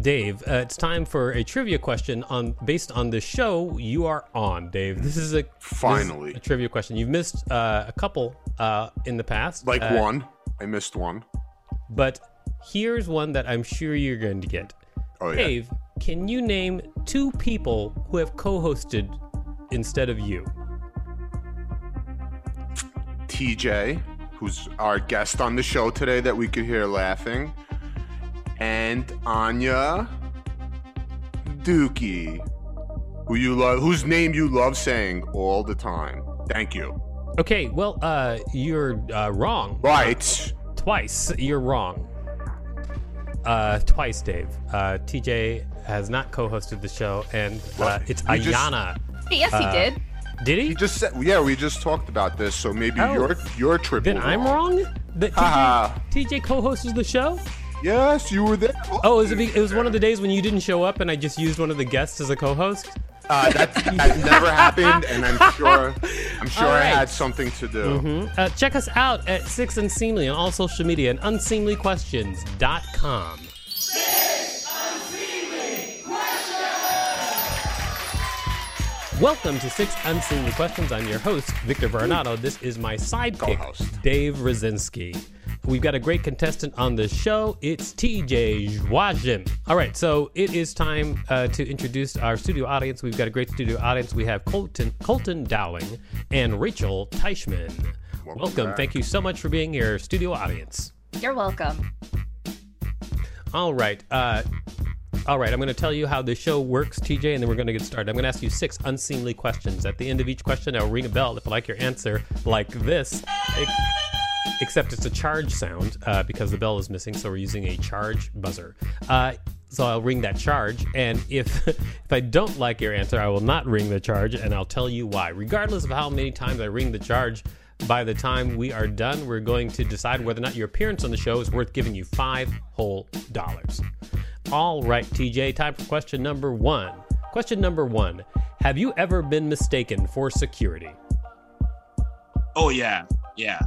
Dave, uh, it's time for a trivia question on based on the show you are on. Dave, this is a this is Finally. a trivia question. You've missed uh, a couple uh, in the past, Like uh, one. I missed one. but here's one that I'm sure you're going to get. Oh, yeah. Dave, can you name two people who have co-hosted instead of you? TJ, who's our guest on the show today that we could hear laughing, and Anya Dookie, who you love, whose name you love saying all the time. Thank you. Okay, well, uh, you're uh, wrong. Right. Twice. You're wrong. Uh, twice, Dave. Uh, TJ has not co-hosted the show, and uh, What? it's You just- Ayana. Yes, he did. Did he? You just said, yeah, we just talked about this, so maybe Oh. your your triple. Then I'm wrong. That Haha. TJ, TJ co-hosts the show. Ah, Yes, you were there. Oh, is it, be- it was one of the days when you didn't show up, and I just used one of the guests as a co-host. Uh, that, that never happened, and I'm sure I'm sure All I right. had something to do. Uh, check us out at Six Unseemly on all social media and unseemlyquestions.com. Welcome to Six Unseemly Questions. I'm your host, Victor Vernado. This is my sidekick, Co-host. Dave Rosinski. We've got a great contestant on the show. It's TJ Joajin. All right, so it is time uh, to introduce our studio audience. We've got a great studio audience. We have Colton, Colton Dowling and Rachel Teichman. Welcome. back. Thank you so much for being here, studio audience. You're welcome. All right. Uh, all right. I'm going to tell you how the show works, TJ, and then we're going to get started. I'm going to ask you six unseemly questions. At the end of each question, I'll ring a bell if I like your answer, like this. Ex- Except it's a charge sound uh, because the bell is missing, so we're using a charge buzzer. Uh, so I'll ring that charge, and if if I don't like your answer, I will not ring the charge, and I'll tell you why. Regardless of how many times I ring the charge, by the time we are done, we're going to decide whether or not your appearance on the show is worth giving you five whole dollars. All right, TJ, time for question number one. Question number one Have you ever been mistaken for security? Oh yeah, yeah.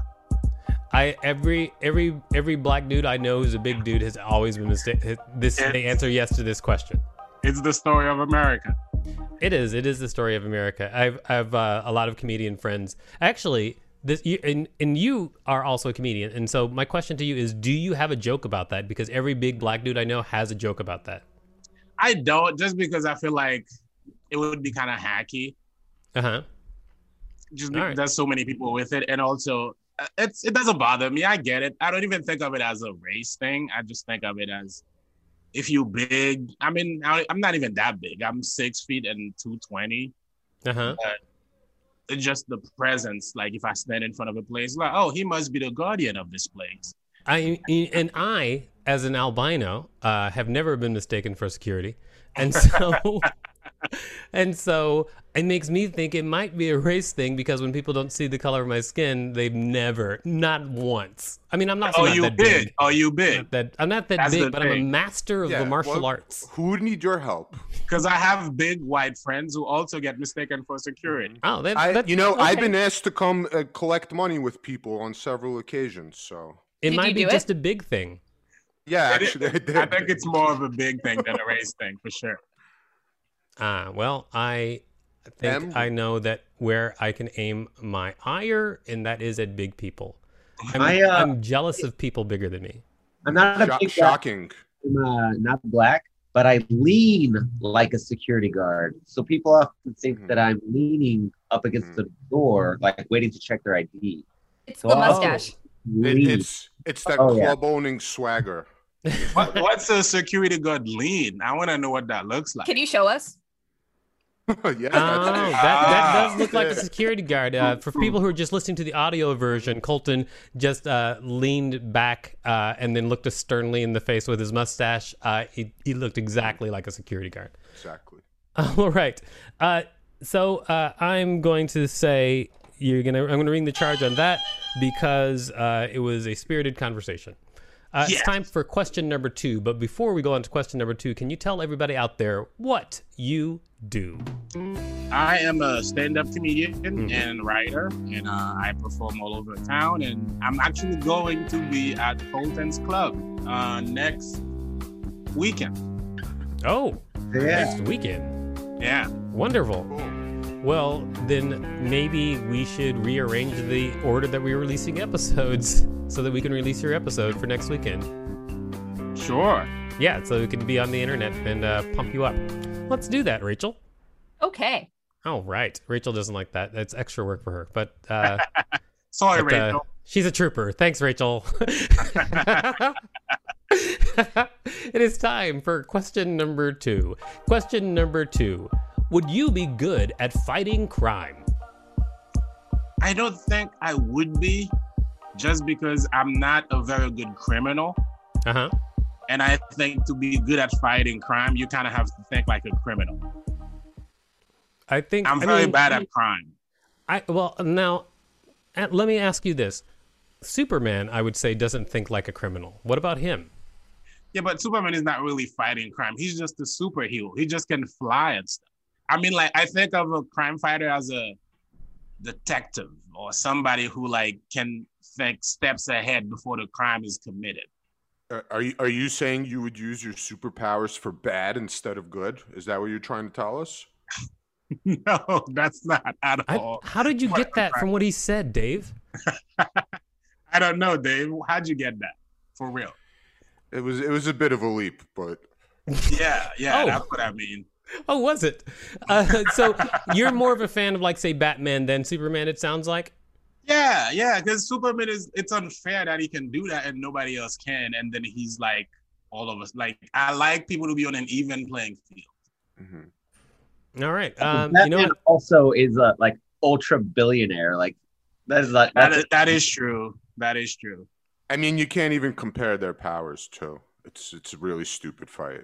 I every every every black dude I know who's a big dude has always been mistaken. This they answer yes to this question. It's the story of America. It is. It is the story of America. I've I've uh, a lot of comedian friends. Actually, this you, and and you are also a comedian. And so my question to you is, do you have a joke about that? Because every big black dude I know has a joke about that. I don't just because I feel like it would be kind of hacky. Uh huh. Just because Alright. there's so many people with it, and also uh, it's it doesn't bother me. I get it. I don't even think of it as a race thing. I just think of it as if you big. I mean, I, I'm not even that big. I'm six feet and two twenty. Uh huh. It's just the presence. Like if I stand in front of a place, like oh, he must be the guardian of this place. I e, and I, as an albino, uh, have never been mistaken for security, and so, and so it makes me think it might be a race thing because when people don't see the color of my skin, they've never, not once. I mean, I'm not. Oh, not you that big. big. Oh, you I'm big. not that I'm not that That's big, the but I'm a thing. master of Yeah, the martial well- arts. Who would need your help? Because I have big white friends who also get mistaken for security. Oh, that, I, that's- you know, I've okay. been asked to come uh, collect money with people on several occasions. So It Did might you be do it? just a big thing. yeah, It is- actually, I, did. Mm-hmm. I think it's more of a big thing than a race thing for sure. Uh, well, I think Em? I know that where I can aim my ire, and that is at big people. I'm, I, uh, I'm jealous of people bigger than me. I'm not a Sho- big guy. shocking. I'm uh, not black, but I lean like a security guard. So people often think Mhm. that I'm leaning up against Mhm. the door, like waiting to check their ID. It's Oh. the mustache. It, Lean. it's it's that Oh, yeah. club owning swagger. What, what's a security guard lean? I want to know what that looks like. Can you show us? yeah. Oh, that's that, it. that Ah. does look like a security guard. Uh, for people who are just listening to the audio version, Colton just uh, leaned back uh, and then looked us sternly in the face with his mustache. Uh, he, he looked exactly like a security guard. Exactly. All right. Uh, so uh, I'm going to say you're gonna. I'm gonna ring the charge on that because uh, it was a spirited conversation. Uh, It's Yes. time for question number two. But before we go on to question number two, can you tell everybody out there what you do? I am a stand-up comedian Mm-hmm. and writer, and uh, I perform all over town. And I'm actually going to be at Colton's Club uh, next weekend. Oh, Yeah. next weekend. Yeah, Wonderful. Cool. Well, then maybe we should rearrange the order that we're releasing episodes so that we can release your episode for next weekend. sure. Yeah, so it could be on the internet and uh, pump you up. Let's do that, Rachel. Okay. Oh, right. Rachel doesn't like that. That's extra work for her. But, uh, Sorry, but, uh, Rachel. she's a trooper. Thanks, Rachel. it is time for question number two. Question number two Would you be good at fighting crime? I don't think I would be, just because I'm not a very good criminal. Uh huh. And I think to be good at fighting crime, you kind of have to think like a criminal. I think I'm I very mean, bad at crime. I well now, uh, let me ask you this: Superman, I would say, doesn't think like a criminal. What about him? Yeah, but Superman is not really fighting crime. He's just a superhero. He just can fly and stuff. I mean, like I think of a crime fighter as a detective or somebody who like can think steps ahead before the crime is committed. Are- Are you are you saying you would use your superpowers for bad instead of good? Is that what you're trying to tell us? no, that's not at I, all. how did you get that from what he said, Dave? I don't know, Dave. How'd you get that? For real? It was it was a bit of a leap, but Yeah, yeah. Oh. That's what I mean. Oh, was it? Uh, so you're more of a fan of like say Batman than Superman? It sounds like. Yeah, yeah, because Superman is it's unfair that he can do that and nobody else can, and then he's like all of us. Like I like people to be on an even playing field. Mhm. All right. Um, you know Batman what? also is a like ultra billionaire. Like that is like That that's is, that is true. That is true. I mean, you can't even compare their powers too. It's it's a really stupid fight.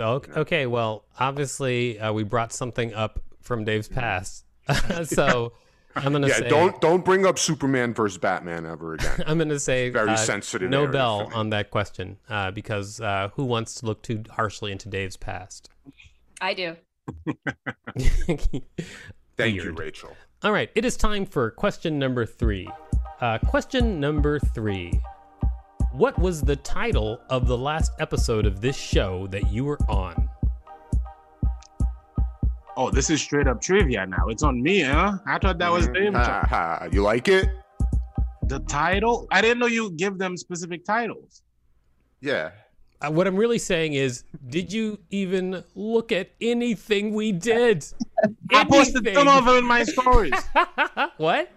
Okay, okay, well, obviously uh, we brought something up from Dave's past, so I'm gonna yeah, say don't don't bring up Superman versus Batman ever again. I'm gonna say Very uh, sensitive. no area bell for me. on that question uh, because uh, who wants to look too harshly into Dave's past? I do. Thank you, Weird. Rachel. All right, it is time for question number three. Uh, question number three What was the title of the last episode of this show that you were on? Oh, this is straight up trivia now. It's on me, huh? I thought that was Mhm. Dave. Ha, ha. You like it? The title? I didn't know you give them specific titles. Yeah. Uh, what I'm really saying is, did you even look at anything we did? I posted some of them in my stories. Anything. what?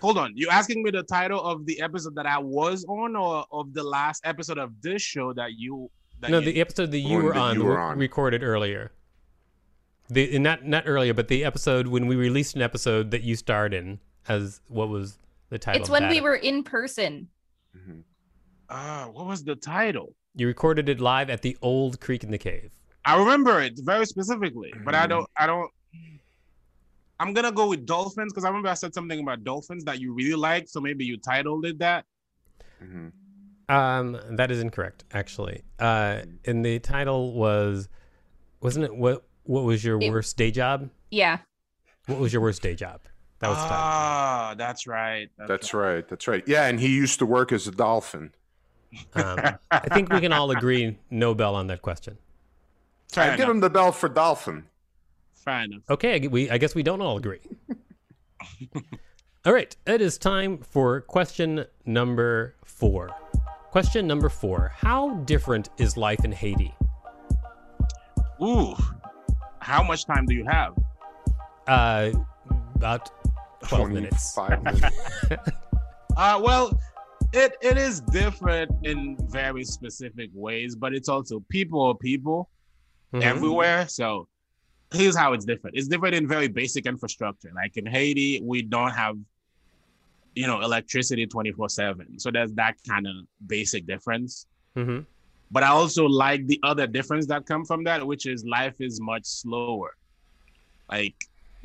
Hold on. You asking me the title of the episode that I was on, or of the last episode of this show that you? That No, you- the episode that you One were that on, you were on. recorded earlier. The not not earlier, but the episode when we released an episode that you starred in as what was the title? It's of when that we were in person. Mhm. Ah, what was the title? You recorded it live at the old creek in the cave. I remember it very specifically, but Mm. I don't. I don't. I'm gonna go with dolphins because I remember I said something about dolphins that you really like, so maybe you titled it that. Mhm. Um, that is incorrect, actually. Uh, and the title was, wasn't it? What What was your It- worst day job? Yeah. What was your worst day job? That was the title. ah, that's right. That's right. That's right. Yeah, and he used to work as a dolphin. Um, I think we can all agree no bell on that question. Fair I give enough. him the bell for dolphin. Fair enough. Okay, I gu- we I guess we don't all agree. all right, it is time for question number four. Question number four: How different is life in Haiti? Oh. Ooh, how much time do you have? Uh, about twelve minutes. 25 minutes. Uh, well, it it is different in very specific ways, but it's also people are people Mhm. everywhere. So here's how it's different. It's different in very basic infrastructure. Like in Haiti, we don't have, you know, electricity 24 7. So there's that kind of basic difference. hmm But I also like the other difference that come from that, which is life is much slower. Like,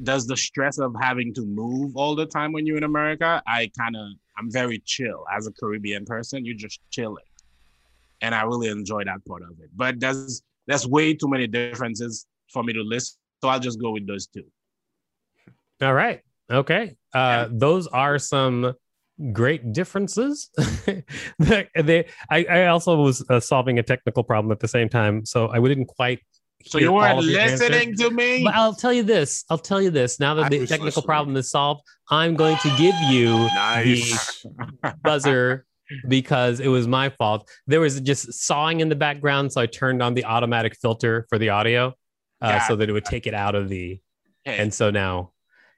does the stress of having to move all the time when you're in America? I kind of, I'm very chill as a Caribbean person. You're just chilling, and I really enjoy that part of it. But there's there's way too many differences for me to list, so I'll just go with those two. All right. Okay. Uh, Those are some great differences. they, they- I, I also was uh, solving a technical problem at the same time, so I didn't quite. So hear you weren't all the answers. listening to me. But I'll tell you this. I'll tell you this. Now that I the was technical listening. problem is solved, I'm going to give you Nice. the buzzer because it was my fault. There was just sawing in the background, so I turned on the automatic filter for the audio uh, Yeah. so that it would take it out of the. Okay, And so now,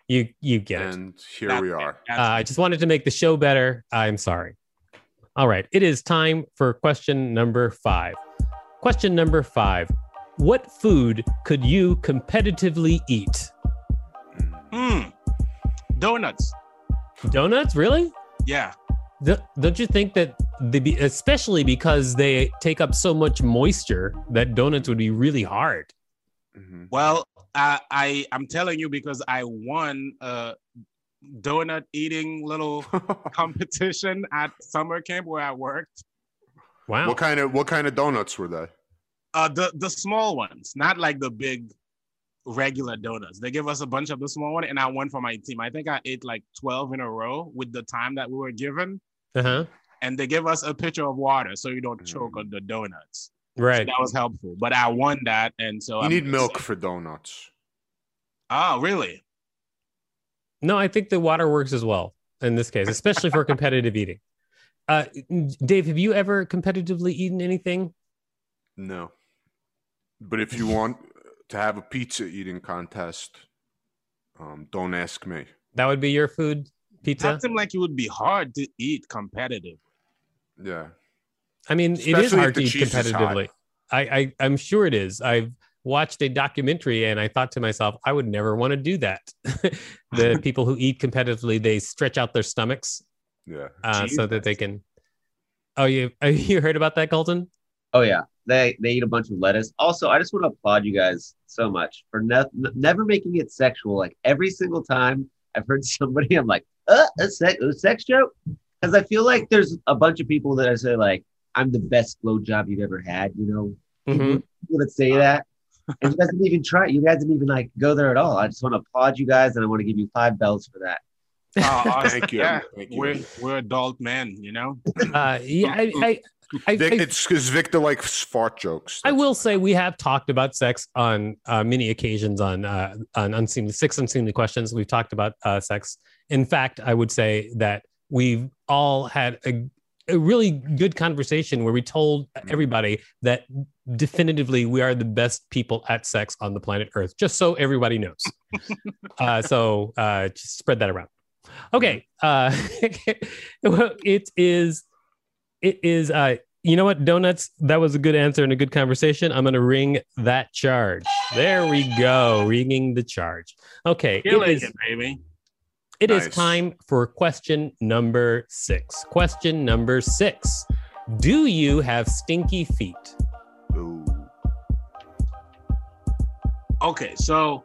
you you get it. And here that's we it. are. That's Uh, it. I just wanted to make the show better. I'm sorry. All right. It is time for question number five. Question number five What food could you competitively eat? uh, Mm-hmm. Hmm. Donuts. Donuts? Really? Yeah. Th- don't you think that the be- especially because they take up so much moisture that donuts would be really hard? Mhm. Well, I, I I'm telling you because I won a donut eating little Mm-hmm. competition at summer camp where I worked. Wow. What kind of what kind of donuts were they? Uh, the the small ones, not like the big regular donuts. They give us a bunch of the small one, and I won for my team. I think I ate like twelve in a row with the time that we were given, Uh-huh. and they give us a pitcher of water so you don't choke Mm. on the donuts. So Right. that was helpful, but I won that, and so Oh, You I'm need milk for donuts. Oh, really? No, I think the water works as well in this case, especially for competitive eating. Uh, Dave, have you ever competitively eaten anything? No. But if you want to have a pizza eating contest, um, don't ask me. That would be your food pizza. That seemed like it would be hard to eat competitive. Yeah. I mean, it is Especially if hard to the eat cheese is hot. competitively. I, I I'm sure it is. I've watched a documentary and I thought to myself, I would never want to do that. the people who eat competitively, they stretch out their stomachs Yeah. uh, so that they can. Oh, you you heard about that, Colton? Oh yeah, they they eat a bunch of lettuce. Also, I just want to applaud you guys so much for ne- n- never making it sexual. Like every single time I've heard somebody, I'm like, uh, a sex a sex joke, because I feel like there's a bunch of people that I say like, I'm the best blowjob you've ever had. You know, Mm-hmm. Mhm. people that say that, and you guys didn't even try. it. You guys didn't even like go there at all. I just want to applaud you guys, and I want to give you five bells for that. Oh, awesome. Thank you. Yeah, Thank you. we're we're adult men, you know. Uh, yeah, I I, I, Vic, I, it's because Victor likes fart jokes. I That's will why. say we have talked about sex on uh, many occasions on uh, on unseemly six unseemly questions. We've talked about uh, sex. In fact, I would say that we've all had a, a really good conversation where we told everybody that definitively we are the best people at sex on the planet Earth. Just so everybody knows. uh, so uh, just spread that around. Okay, uh, well, it is it is uh, you know what, donuts? That was a good answer and a good conversation. I'm going to ring that charge. There we go, ringing the charge. Okay, it Killing is, it, baby. it is Nice. time for question number six. Question number six Do you have stinky feet? Ooh. Okay, so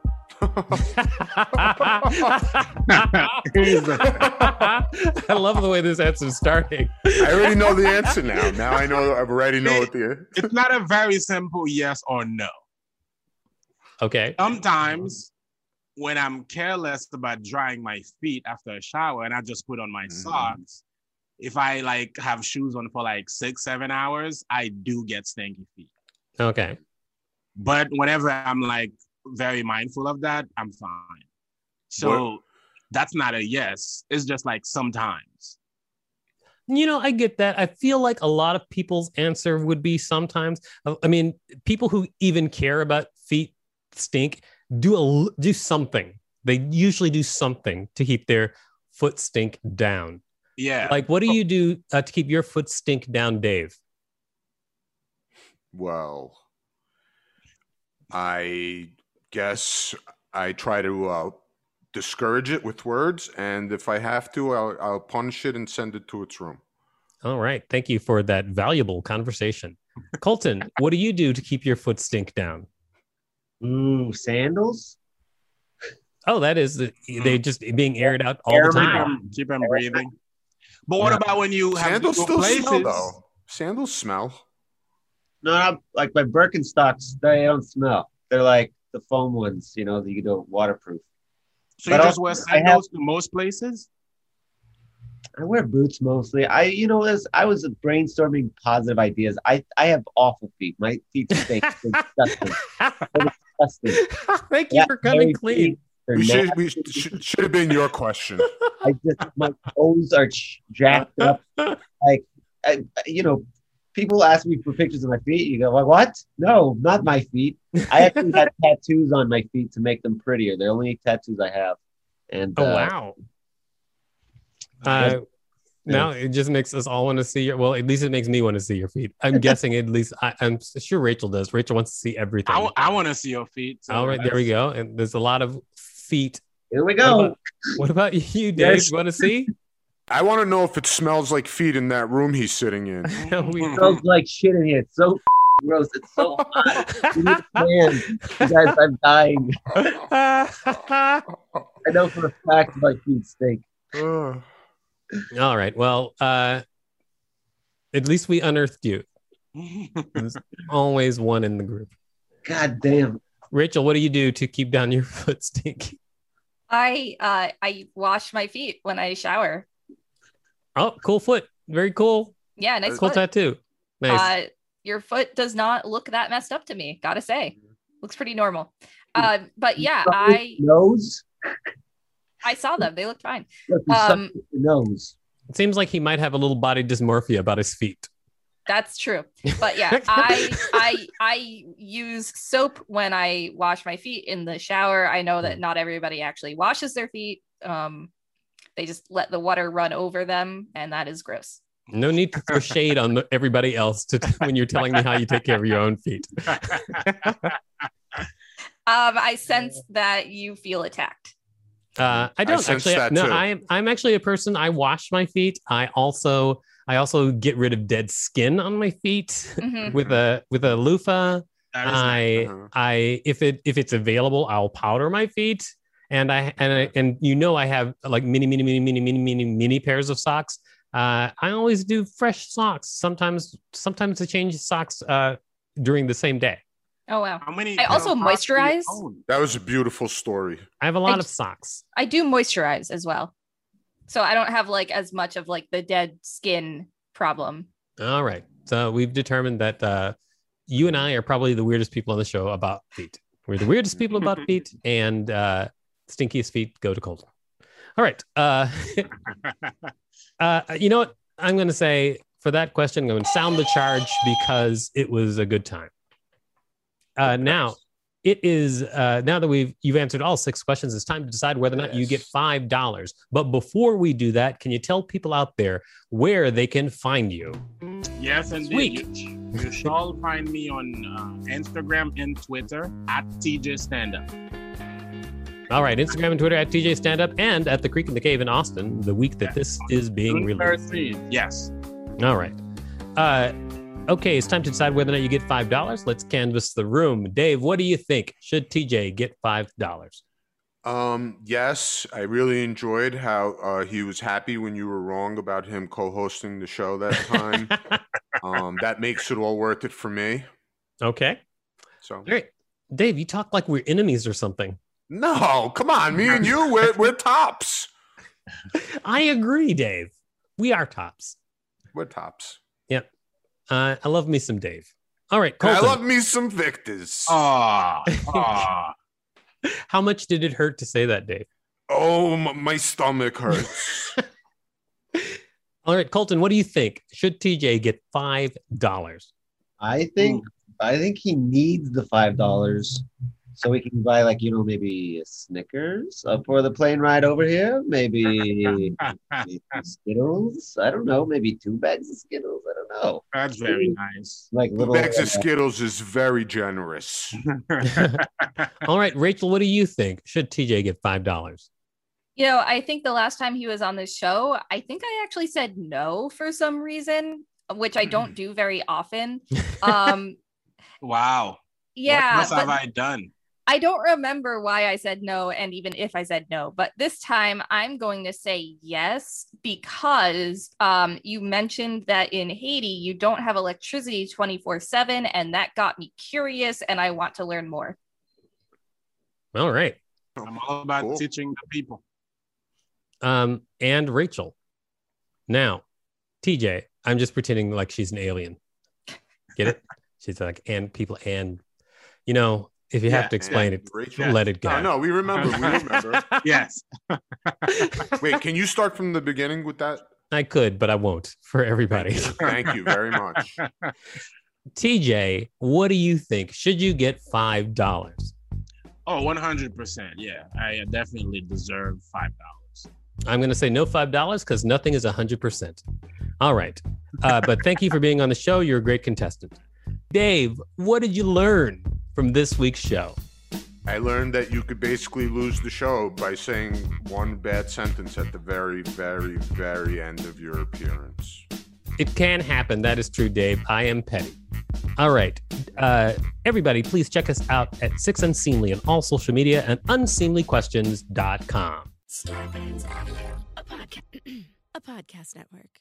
here's the- I love the way this answer is starting. I already know the answer now. Now I know. I already know what the. it's not a very simple yes or no. Okay. Sometimes when I'm careless about drying my feet after a shower and I just put on my Mhm. socks, if I like have shoes on for like six, seven hours, I do get stinky feet. Okay. But whenever I'm like very mindful of that, I'm fine. So that's not a yes. It's just like sometimes. You know, I get that. I feel like a lot of people's answer would be sometimes. uh, I mean, people who even care about feet stink do a l- do something. They usually do something to keep their foot stink down. Yeah. Like, what do you do uh, to keep your foot stink down, Dave? Well, I guess I try to uh, discourage it with words, and if I have to, I'll, I'll punish it and send it to its room. All right. Thank you for that valuable conversation. Colton, what do you do to keep your foot stink down? Ooh, sandals. Oh, that is the, they just being aired out all Air the Keep time. them. him, keep him breathing. But what about when you have to Sandals go still smell, places? though. Sandals smell. No, not, like my Birkenstocks, they don't smell. They're like the foam ones, you know, that you do waterproof. So you But just I- wear I have- sandals to most places? I wear boots mostly. I, you know, as I was brainstorming positive ideas. I, I have awful feet. My feet stink. They're disgusting. They're disgusting. Thank you for coming Very clean. feet. They're We should, nasty. we should, should have been your question. I just my toes are ch- jacked up. Like, I, you know, people ask me for pictures of my feet. You go, like, what? No, not my feet. I actually had tattoos on my feet to make them prettier. They're the only tattoos I have. And Oh, uh, wow. Uh, now it just makes us all want to see your. Well, at least it makes me want to see your feet. I'm guessing at least I, I'm sure Rachel does. Rachel wants to see everything. I, want to see your feet. so all right, there we go. And there's a lot of feet. here we What go. about, what about you, Dave? Yes. You want to see? I want to know if it smells like feet in that room he's sitting in. It smells like shit in here. It's so gross. It's so hot. You need a fan. You guys, I'm dying. I know for a fact my feet stink. Ugh. All right. Well, uh, at least we unearthed you. Always one in the group. God damn. Rachel, what do you do to keep down your foot stink? I uh I wash my feet when I shower. Oh, cool foot. Very cool. Yeah, nice Cool foot. tattoo. Nice. Uh, your foot does not look that messed up to me. Gotta say, looks pretty normal. Uh, but yeah, I nose. I saw them. They looked fine. Look, you suck Um, with the nose. It seems like he might have a little body dysmorphia about his feet. That's true. But yeah, I I I use soap when I wash my feet in the shower. I know that not everybody actually washes their feet. Um, they just let the water run over them, and that is gross. No need to throw shade on the, everybody else to when you're telling me how you take care of your own feet. Um, I sense that you feel attacked. Uh, I don't sense actually. that no, too. I'm I'm actually a person. I wash my feet. I also I also get rid of dead skin on my feet Mhm. with a with a loofah. I Uh-huh. I if it if it's available, I'll powder my feet. And I and I, and you know I have like many many many many many many many pairs of socks. Uh, I always do fresh socks. Sometimes sometimes I change socks uh, during the same day. Oh wow. How many, I also how much do you moisturize. own? That was a beautiful story. I have a lot I- of socks. I do moisturize as well. So I don't have like as much of like the dead skin problem. All right, so we've determined that uh, you and I are probably the weirdest people on the show about feet. We're the weirdest people about feet, and uh, stinkiest feet go to Colton. All right. Uh, Uh, you know what? I'm going to say for that question, I'm going to sound the charge because it was a good time. Uh, now, it is uh, now that we've you've answered all six questions. It's time to decide whether or not you Yes. get five dollars. But before we do that, can you tell people out there where they can find you? Yes, indeed. You, you shall find me on uh, Instagram and Twitter at TJ Stand Up. All right, Instagram and Twitter at TJ Stand Up and at the Creek in the Cave in Austin the week that this is being June released. 13th, Yes. All right. Uh, okay, it's time to decide whether or not you get five dollars. Let's canvass the room. Dave, what do you think? Should TJ get five dollars? Um, yes, I really enjoyed how uh, he was happy when you were wrong about him co-hosting the show that time. um, that makes it all worth it for me. okay. So All right. Dave, you talk like we're enemies or something. no, come on, me and you, we're, we're tops. I agree, Dave. We are tops. We're tops. Uh, I love me some Dave. All right, And I Colton. love me some Victors. Uh, Ah. ah. how much did it hurt to say that, Dave? oh, m- my stomach hurts. All right, Colton, what do you think? Should TJ get five dollars? I think Hmm. I think he needs the five dollars so he can buy like you know maybe a Snickers uh, for the plane ride over here. Maybe maybe Skittles. I don't know. Maybe two bags of Skittles. I don't don't know. That's very nice. Like The little. bags of uh, Skittles is very generous. All right, Rachel, what do you think? Should TJ get five dollars? You know, I think the last time he was on this show, I think I actually said no for some reason, which I don't do very often. Um, wow. yeah, What else have but I done? I don't remember why I said no, and even if I said no, but this time I'm going to say yes because um, you mentioned that in Haiti you don't have electricity 24 7, and that got me curious, and I want to learn more. All right. I'm all about Cool. teaching the people. Um, and Rachel. Now, TJ, I'm just pretending like she's an alien. Get it? she's like, and people, and you know, if you Yeah, Oh, have to explain And it, Rachel. let it go. No, no, we remember. We remember. Yes. Wait, can you start from the beginning with that? I could, but I won't for everybody. Thank you very much. TJ, what do you think? Should you get five dollars? Oh, 100%. Yeah. I definitely deserve $5. I'm going to say no five dollars because nothing is hundred percent. All right, uh, but thank you for being on the show. You're a great contestant, Dave. What did you learn from this week's show? I learned that you could basically lose the show by saying one bad sentence at the very, very, very end of your appearance. It can happen. That is true, Dave. I am petty. All right. Uh, everybody, please check us out at Six Unseemly on all social media and unseemlyquestions.com. Starbane's Audio, a, podca- a podcast network.